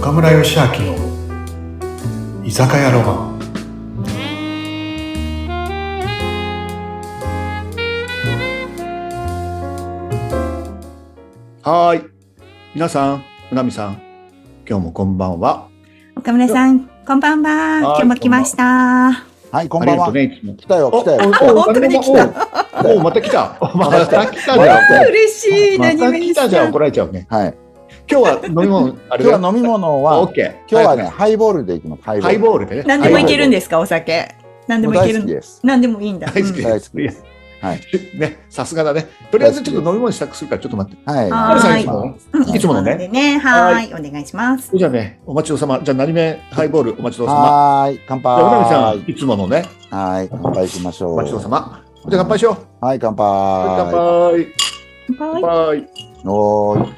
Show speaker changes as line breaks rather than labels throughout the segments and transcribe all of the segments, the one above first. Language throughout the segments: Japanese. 岡村義明の居酒屋ロマン
はーい。皆さん、うなみさん、今日もこんばんは。
岡村さん、こんばんは。今日も来ました。あ、
はい、こんばんは。
ありがとうね、いつも。
来たよ、来たよ。
お
本当に来た。
おおおまた来た。また来たじ
ま
ゃん。
嬉しい。
ま
何
た
目に
来
した
じゃん。
た。
怒られちゃうね。
はい。
今日は飲み物、あれだ
今
よ
日は飲み物
あ
は
オッ、ケー。
今日はね、ハイボールでいきます。ハ
ハイボールでね。
何でもいけるん
で。
ですか、お酒。何で
もう
もいけ
大
る
好き
ん
です。
何でもいいんだ。
大好き
うん
大好き
で
ですす。はい。
ね、さすがだね。とりあえずちょっと飲み物支度するから、ちょっと待って。
はい。
は
あるさんいつ
は
も
うん
いつものね
なんでね、はーい、お願いします。
じゃあね、お待ちどうさま。じゃあ何目ハイボールお待ちどうさま。
はーい、乾
じゃあ、うなみさ
杯。
ん、いつものね、
はい、乾杯しましょう。
お待ちどうさま。じゃあ乾杯しよう。
はい、
乾
乾杯。
杯。
は
乾
ー
杯。
おーい。
い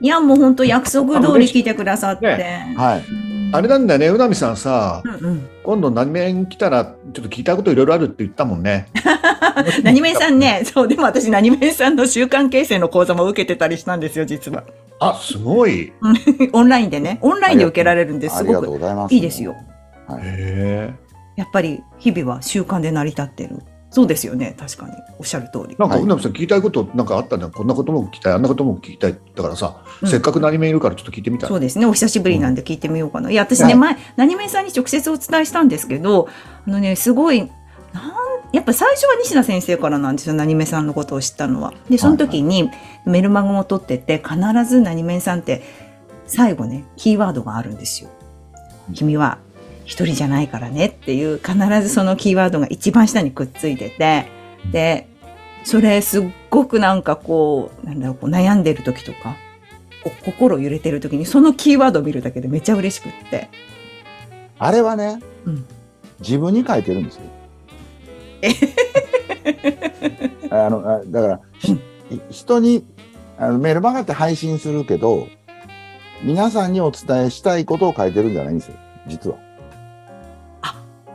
いや、もう本当約束通り来てくださって。
はい。
あれなんだよね、うなみさんさ
う、んうん、
今度何面来たら、ちょっと聞いたこといろいろあるって言ったもんね。
何面さんね、そう、でも私、何面さんの習慣形成の講座も受けてたりしたんですよ、実は。
あ、すごい。
オンラインでね、オンラインで受けられるんです、
あ
す
り
ご
がとう
く
ございます。
いいですよ。。
へえ。
やっぱり日々は習慣で成り立ってる。そうですよね、確かに。おっしゃる通り。
なんか、
はいう
なみさん、聞きたいこと、なんかあったんだよ。こんなことも聞きたい、あんなことも聞きたい。だからさ、
うん
せっかく何面いるから、ちょっと聞いてみた
そう
ら。
ですね、お久しぶりなんで聞いてみようかな。いや、私ね、
はい
前、何めさんに直接お伝えしたんですけど、あのね、すごい、なんやっぱ最初は西田先生からなんですよ、何めさんのことを知ったのは。で、その時にメルマガを取ってて、必ず何めさんって、最後ね、キーワードがあるんですよ。君は一人じゃないからねっていう、必ずそのキーワードが一番下にくっついてて、で、それすっごくなんかこう、なんだろう、こう悩んでる時とか、こう心揺れてる時にそのキーワードを見るだけでめちゃ嬉しくって。
あれはね
うん、
自分に書いてるんですよ。あの、あだから、ひ人に、あのメルマガって配信するけど、皆さんにお伝えしたいことを書いてるんじゃないんですよ、実は。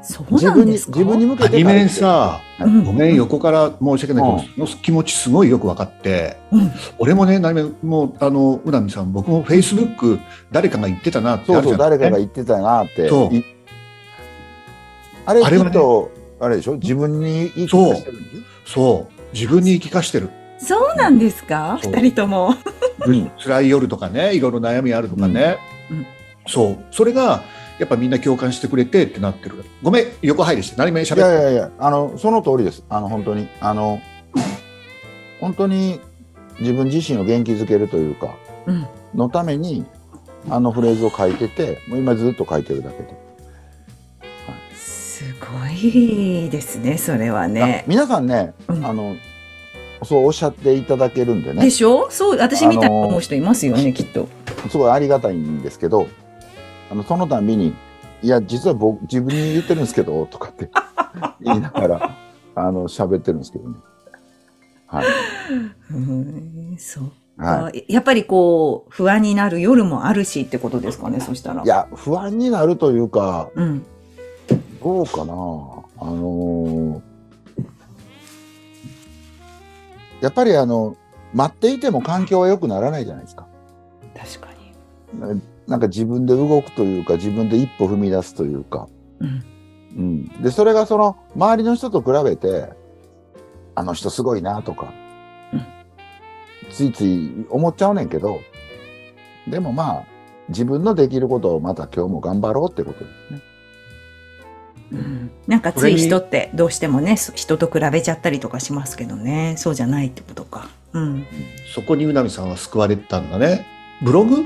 そう
自
なん
分に、
ですか
自分に向けて書いて
何
る。
面さ、
うん
ごめん、横から申し訳ないけど、その気持ちすごいよく分かって、
うん
俺もね、何面も、あの、うなみさん、僕もフェイスブック、誰かが言ってたなって
そ
あ
う
るじ
そ
ゃ
う、
ん
誰かが言ってたなって。
そう
いあれ、
あ
き
れはね
っと、あれでしょ自分に言い聞かせてるんでし
そう。自分に言い聞かしてる。
そうなんですか
そう
二人とも。
ょうん
辛い夜とかね、いろいろ悩みあるとかね。
うんうん
そう。それが、やっぱみんな共感してくれてってなってる。ごめん、横入りして、何面喋って。
いやいやいや、あの、その通りです。あの、本当に。あの、本当に自分自身を元気づけるというか、
うん
のために、あのフレーズを書いてて、もう今ずっと書いてるだけで。
すごいですね、それはね
あ。皆さんね、
うん
あの、そうおっしゃっていただけるんで
で
ね、
しょそう、私みたいな思う人いますよね、きっと。
すごいありがたいんですけど、あの、そのたびに、いや、実は僕、自分に言ってるんですけど、とかって 言いながら、あの、喋ってるんですけどね。はい。
うん、そう
はい。
あやっぱりこう、不安になる夜もあるしってことですかね、そしたら。
いや、不安になるというか、
うん。
どうかな。あのーやっぱりあの、待っていても環境は良くならないじゃないですか。
確かに。
なんか自分で動くというか、自分で一歩踏み出すというか。
うん。
うん。で、それがその、周りの人と比べて、あの人すごいなとか、
うん
ついつい思っちゃうねんけど、でもまあ、自分のできることをまた今日も頑張ろうってことですね。
うんなんか
そ
つ
れ
い
に
人ってどうしてもねそ人と比べちゃったりとかしますけどねそうじゃないってことか、うん、
そこにうなみさんは救われてたんだね。ブログ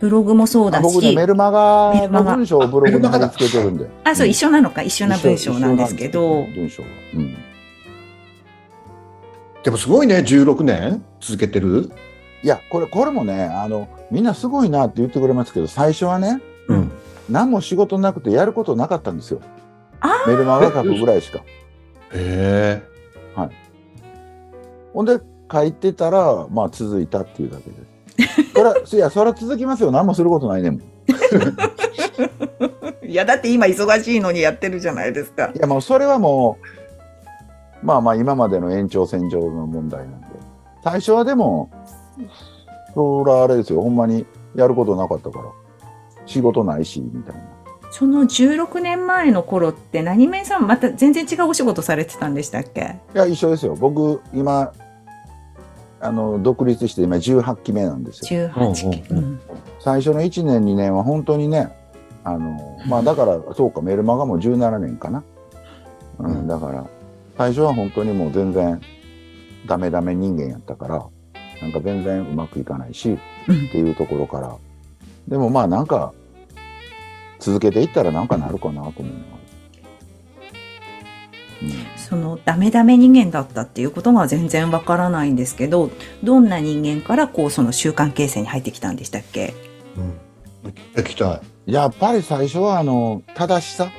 ブログもそうだ
あ僕
し
ね、メルマ
メ
ガ
ルマ
の
ガ
文章をブログに貼り付けてるんで。
あそう一緒なのか一緒な文章
一緒
なんですけど
一緒なんですよ文章は。
でもすごいね、16年続けてる。
うん。いや、これ、これもね、あの、みんなすごいなって言ってくれますけど、最初はね、
うん。
何も仕事なくてやることなかったんですよ
あ。
メルマガ書くぐらいしか。
へえ。
ほんで、書いてたら、まあ、続いたっていうだけで。そら、いや、そら続きますよ。何もすることないねんもん。い
いやだって今忙しいのにやってるじゃないですか
や、もう、それはもう、まあまあ、今までの延長線上の問題なんで。最初はでも、そらあれですよ、ほんまにやることなかったから、仕事ないし、みたいな。
その16年前の頃って何面さんまた全然違うお仕事されてたんでしたっけ
いや、一緒ですよ。僕、今、あの、独立して今18期目なんですよ。
18期、
うんう
最初の1年、2年は本当にね、あの、まあだから、そうか、メルマガも17年かな。う
うん
ん、だから、最初は本当にもう全然、ダメダメ人間やったから、なんか全然うまくいかないし、
うん
っていうところから。でもまあなんか、続けていったらなんかなるかなと思うのが
そのダメダメ人間だったっていうことが全然わからないんですけどどんな人間からこうその習慣形成に入ってきたんでしたっけ
うん
聞きたい。
うんやっぱり最初はあの、正しさ。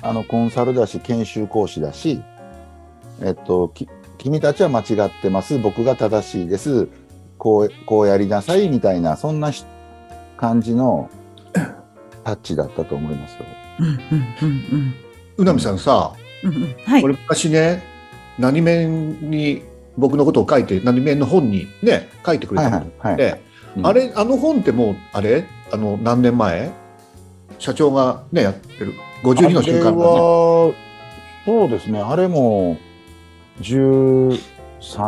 あの、コンサルだし、研修講師だし、えっと、き君たちは間違ってます。僕が正しいです。こう、こうやりなさい、みたいな、そんなし感じのタッチだったと思いますよ。
うんうんうん
うなみさんさ、
うんうんうんはい
俺昔ね、何面に僕のことを書いて、何面の本にね、書いてくれたことがあって、
はいうん
あれ、あの本ってもう、あれあの、何年前社長がね、やってる。52の瞬間だ
あれ
ね。
は、そうですね、あれも13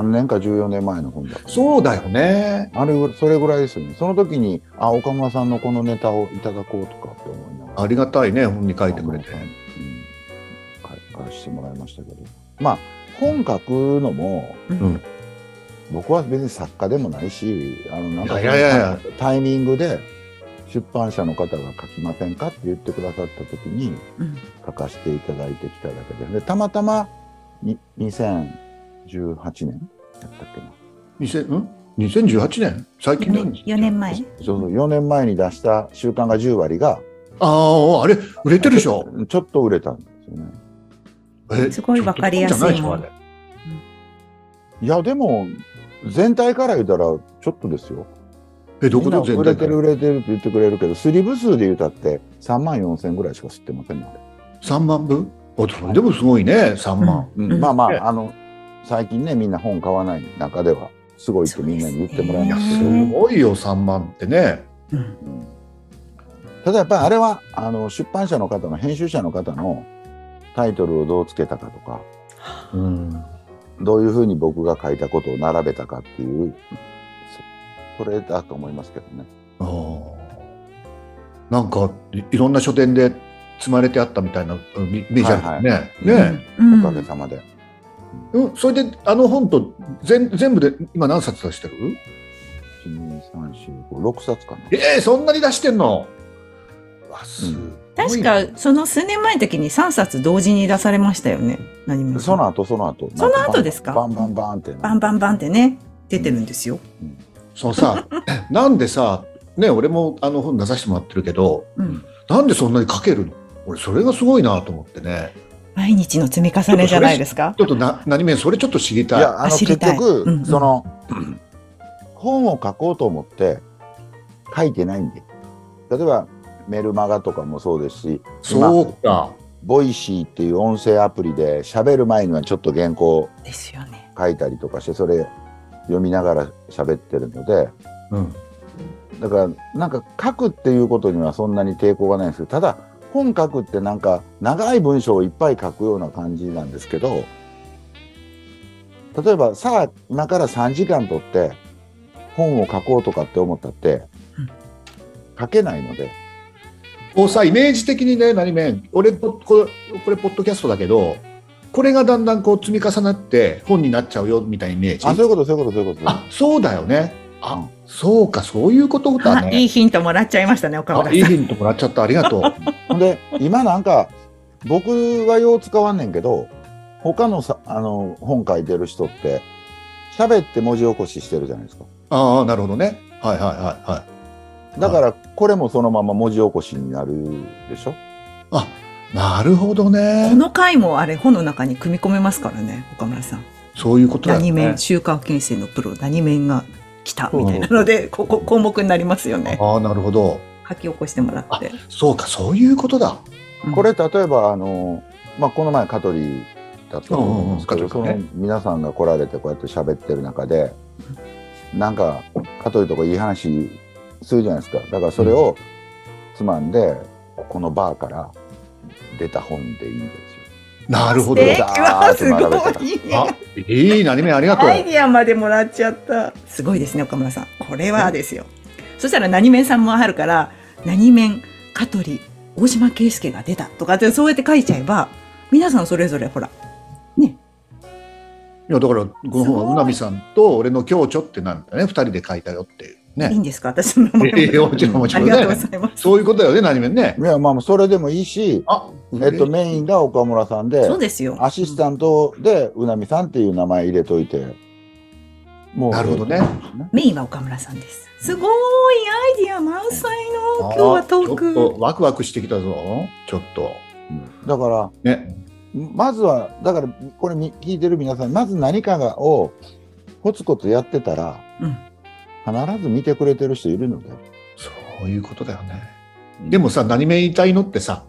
年か14年前の本だから
そうだよね。
あれぐそれぐらいですよね、その時に、あ、岡村さんのこのネタをいただこうとかって思いながら、
ありがたいね、本に書いてくれて
岡。村さんにうん、書してもらいましたけど、まあ、本書くのも、
うん
僕は別に作家でもないし、あのなんか
いやいやいや
タイミングで出版社の方が書きませんかって言ってくださった時に、
うん
書かせていただいてきただけで、でたまたまに2018年だったっけな。
2000ん2018年最近だよね。
4年前
そうそう、4年前に出した週刊が10割が、
ああ、あれ、売れてるでし ょ。
ちょっと売れたんですよね。
え
すごいわかりやすい
ちょっとじゃなでしょあれ
いや、でも、全体から言うたら、ちょっとですよ。
え、どこ
み
ど
んな
全
売
体
れ
か
てる
ら
売れてるって言ってくれるけど、スリーブ数で言うたって3万4千ぐらいしか吸ってませんので。
3万部あそれでもすごいね、3万。
うん
うん
まあま
ね
あ、あの、最近ね、みんな本買わない中では、すごいってみんなに言ってもらい
い
ま
や、
すけど
すごいよ、3万ってね。
うん
ただやっぱりあれはあの出版社の方の編集者の方のタイトルをどうつけたかとか
うん。
どういうふうに僕が書いたことを並べたかっていうそそれだと思いますけどね。
あーなんかい、いろんな書店で積まれてあったみたいな、うんみメジャーね。
いはい
ね、
うん
おかげさまで、
うん。それで、あの本と全全部で今何冊出してる
12345冊かな。
えー、そんなに出してんのわすごいな
確かその数年前の時に3冊同時に出されましたよね何面さ
そ
ん
の後その後
その後ですか
バンバンバンって
バンバンバンってね出てるんですよ、
その さ、なんでさ、ね、俺もあの本出させてもらってるけど、
うん、
なんでそんなに書けるの俺、それがすごいなと思ってね。
毎日の積み重ねじゃないですか
ちょっとな、何面、それちょっと知り
い
たい。
やあの
知
結
りたい
局、
うんうん
その 本を書こうと思って書いてないんで例えばメルマガとかもそうですし
そうか。
ボイシーっていう音声アプリで喋る前にはちょっと原稿
ですよね
書いたりとかしてそれ読みながら喋ってるので
うん。
だからなんか書くっていうことにはそんなに抵抗がないんですけどただ本書くってなんか長い文章をいっぱい書くような感じなんですけど例えばさあ今から3時間取って本を書こうとかって思ったって
うん
書けないので
こうさ、イメージ的にね、何面、俺ポッこれ、これ、ポッドキャストだけど、これがだんだんこう積み重なって本になっちゃうよみたいなイメージ。
あそういうことそういうことそういうこと
あそうだよね。あ、
うん
そうか、そういうことだ
あいい
ね。
ヒントもらっちゃいましたね岡
あ
村
いい
さん
ヒントもらっちゃった。ありがとう。
ほんで今なんか僕はよう使わんねんけど他のさあの本書いてる人って喋って文字起こししてるじゃないですか
ああ、なるほどね。はいはいはいはい。
だからこれもそのまま文字起こしになるでしょ
あ、なるほどね
こ。の回もあれ本の中に組み込めますからね岡村さん
そういうことだよ
何面
ね。
週刊形成のプロ何面が来たみたいなのでここ項目になりますよね
ああ、なるほど。
書き起こしてもらって
そうか、そういうことだ。
うん
これ例えばあの、まあ、この前香取だったと思うんですけど、
うんうんうん香取
そ
ね
の皆さんが来られてこうやって喋ってる中でなんかかといとかいい話するじゃないですかだからそれをつまんでここのバーから出た本でいいんですよ。
なるほど
素。敵わすご
あ
い。
いいなアニメありがとう
ア。イディアまでもらっちゃった。すごいですね、岡村さん。これはですよ。そしたら、何面さんもあるから、何面、香取、大島圭介が出たとかって、そうやって書いちゃえば、皆さんそれぞれ、ほら、
いやだからこの本はうなみさんと俺の共著ってなんだね二人で書いたよっていう
いい
ね。
んですか私の名 前も。
ええもちろんもち
あ
ろん
りがとうご
ね。
ざいます。
そういうことだよね何面ね
い。やまあそれでもいいし、
あ
えっと、メインが岡村さんで
そうですよ。
アシスタントでうなみさんっていう名前入れといても
なるほどね。
メインは岡村さんです。すごいアイディア満載の今日はトー
あちょっと
ク。
ワクワクしてきたぞ。ちょっと
だから
ね。
まずはだからこれみ聞いてる皆さんまず何かがをコツコツやってたら
うん
必ず見てくれてる人いるので、
そういうことだよね。でもさ、何目言いたいのってさ、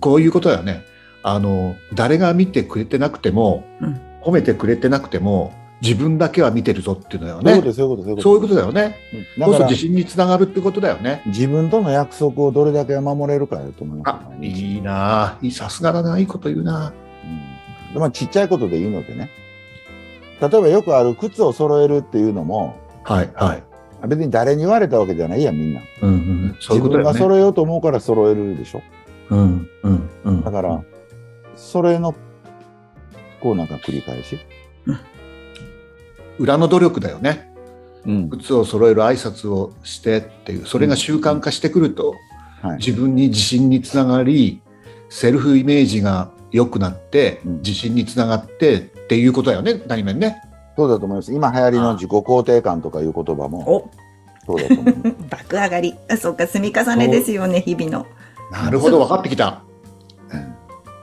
こういうことだよね。あの、誰が見てくれてなくても、
うん
褒めてくれてなくても、自分だけは見てるぞっていうのよ
そういうこ
ね
と。そういう
そうい
こと
うこ
こ
ととだよね。
うん
こそ
だから
自信につながるってことだよね。
自分との約束をどれだけ守れるかだと思います
あ
よ、ね、
いいなあいいさすがだな。いいこと言うな。
うんまあ、ちっちゃいことでいいのでね例えばよくある靴を揃えるっていうのも
はい、はい。
別に誰に言われたわけじゃないやんみんな、
うんうん。そういう
自
こと
分
だよ
が
ね。
揃えようと思うから揃えるでしょ
うん、うん、うん。
だから、それのこうなんか繰り返し、
裏の努力だよね。
うん
靴を揃える挨拶をしてっていう、それが習慣化してくると、
はい、
自分に自信につながりセルフイメージが良くなって、
うん
自信につながってっていうことだよね何面ね
そうだと思います。今流行りの自己肯定感とかいう言葉も
お、
そうだ と思います。
爆上がり。あ、そうか、積み重ねですよね、日々の。
なるほど分かってきた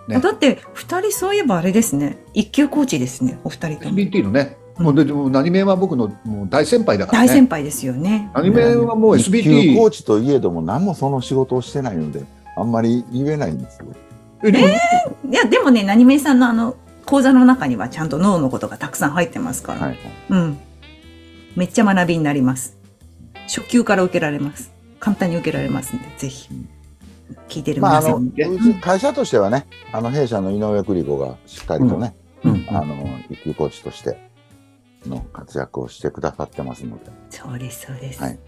ね
あだって、二人そういえばあれですね。一級コーチですね、お二人とも。
BT のねもうででも何面は僕のもう大先輩だから、ね、
大先輩ですよね。
何面はもう
一級コー
SBT
チといえども何もその仕事をしてないので、あんまり言えないんですよ。
えでも
いや、でもね、何めさんのあの、講座の中にはちゃんと脳のことがたくさん入ってますから。
はい。
うん。めっちゃ学びになります。初級から受けられます。簡単に受けられますんで、ぜひ。聞いてる
ま
皆
あ、あ
さ
の、
んに。
うち会社としてはね、あの弊社の井上栗子がしっかりとね、
うん
あの、一級コーチとしての活躍をしてくださってますので。
そうです、そうです。
はい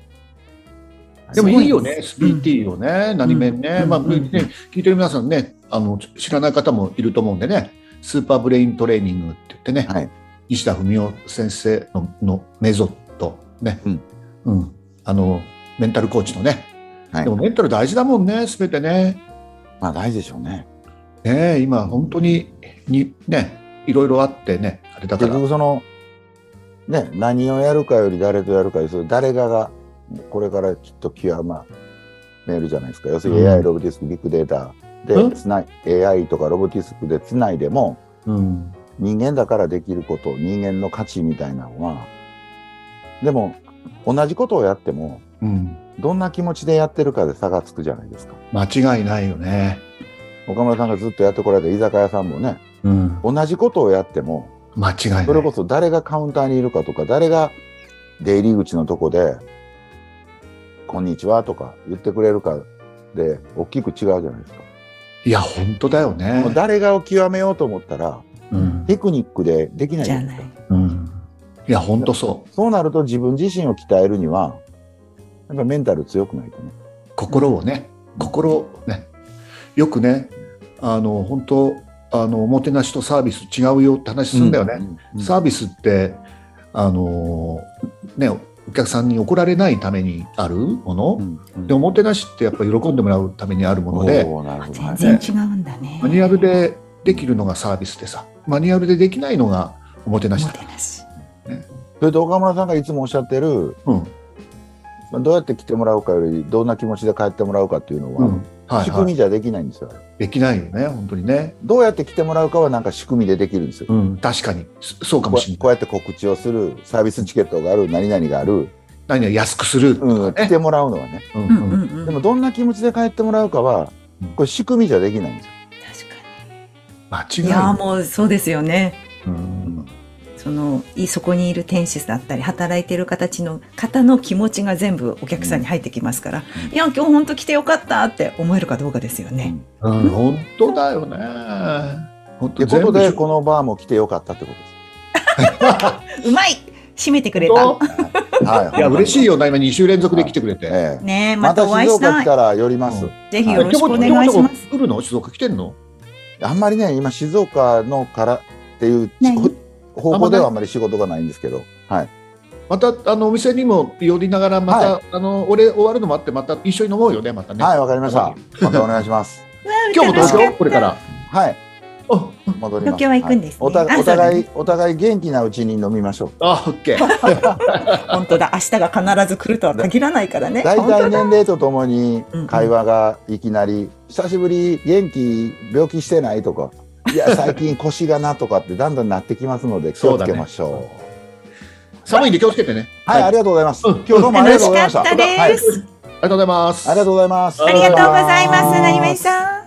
でも
すご
いいよね
で
SBT をね、何面ね、
うん
まあ
うん
ね聞いてる皆さんねあのち知らない方もいると思うんでねスーパーブレイントレーニングって言ってね、
はい
西田文雄先生ののメゾットね、
うん
うんあのメンタルコーチのね、
はい
でもメンタル大事だもんねすべてね
まあ大事でしょうね。
ね今本当ににねいろいろあってねあれだか
結
ら
局その、ね、何をやるかより誰とやるかより、それ誰がが、これからきっと極まめるじゃないですか。要するに
うん
AI、ロボティスク、ビッグデータ
うん
でつない、AI とかロボティスクでつないでも、
うん
人間だからできること、人間の価値みたいなのは、でも、同じことをやっても、
うん
どんな気持ちでやってるかで差がつくじゃないですか。
間違いないよね
岡村さんがずっとやってこられた居酒屋さんもね、
うん
同じことをやっても、
間違いない
それこそ誰がカウンターにいるかとか、誰が出入り口のとこで、こんにちはとか言ってくれるかで、大きく違うじゃないですか。
いや本当だよね
もう誰がを極めようと思ったら、
うん
テクニックでできない
じ
じゃ
ゃ
ないで
な
す
い
か。。
うんいや本当そう
そうなると自分自身を鍛えるには、やっぱメンタル強くないとね。
心をね、心をねよくねあの本当あのおもてなしとサービス違うよって話するんだよね、
うん。
サービスってあのねお客さんに怒られないためにあるもの、
うんうん
でおもてなしってやっぱり喜んでもらうためにあるもので
おーなるほど
全
ね
然違うんだね。
マニュアルでできるのがサービスでさマニュアルでできないのがおもて
お
なし
も
だ
てなし。
それと岡村さんがいつもおっしゃってる、
うん
まあどうやって来てもらうかより、どんな気持ちで帰ってもらうかっていうの
う
は、
んはい
仕組
は
み
い、
じゃできないんですよ。
できないよね本当にね、
どうやって来てもらうかはなんか仕組みでできるんですよ。
うん、確かにそそうかも
こ
しれな
う
い
こうやって告知をする、サービスチケットがある、何々がある、
何々安くすると
うん、
か
来
ね、
てもらうのはね。
うん
う
うん
うん
ん
うん。
でもどんな気持ちで帰ってもらうかは
うん、
これ仕組みじゃできないんですよ。
確
間
か
違
に。い
い
や
な
ー
い
もうそうですよね。
うん
そのいそこにいる店主だったり働いてる形の方の気持ちが全部お客さんに入ってきますから、
うん
いや今日本当来てよかったって思えるかどうかですよね。
うん、本当だよね。本
とい
当
うことで、
全部
このバーも来てよかったってことです。
うまい締めてくれた。
はい
や嬉しい
よ。
よな今2週連続で来てくれて。
ええ
ねえ
ま
ま
た
たお会い
静
した
岡
い
来。たら寄ります。
うん
ぜひ
はい
よろしくお願いします。
来るの静岡来てんの
あんまりね、今静岡のからっていう
ない
ほ方向ではあんまり仕事がないんですけど、はい。
またあのお店にも寄りながらまた、あの俺終わるのもあってまた一緒に飲もうよねまたね、
はい、わかりました。またお願いします。
今日も東
楽しか
京
った
これから
はい、
あ
戻りま
東
す。
京は行くんですね
はいおた
あ
お互い、お互い元気なうちに飲みましょう。
あオッケ ー
本当だ明日が必ず来るとは限らないからね。
大
本当
体
だ
年齢とともに
うんうん
会話がいきなり「久しぶり元気病気してない?」とか「いや最近腰がな」とかってだんだんなってきますので気
そ
を
う
つ
だ
け
ね
ましょう。
寒いんで気をつけてね
はい、
あ
あ
り
りがとうございます。
うん
今日どうもありが
楽
とう
し
ご
か
ざいま
っ
した。
たです。
がとうございます
はいありがとうございます。
ありがとうございます、なにめさん。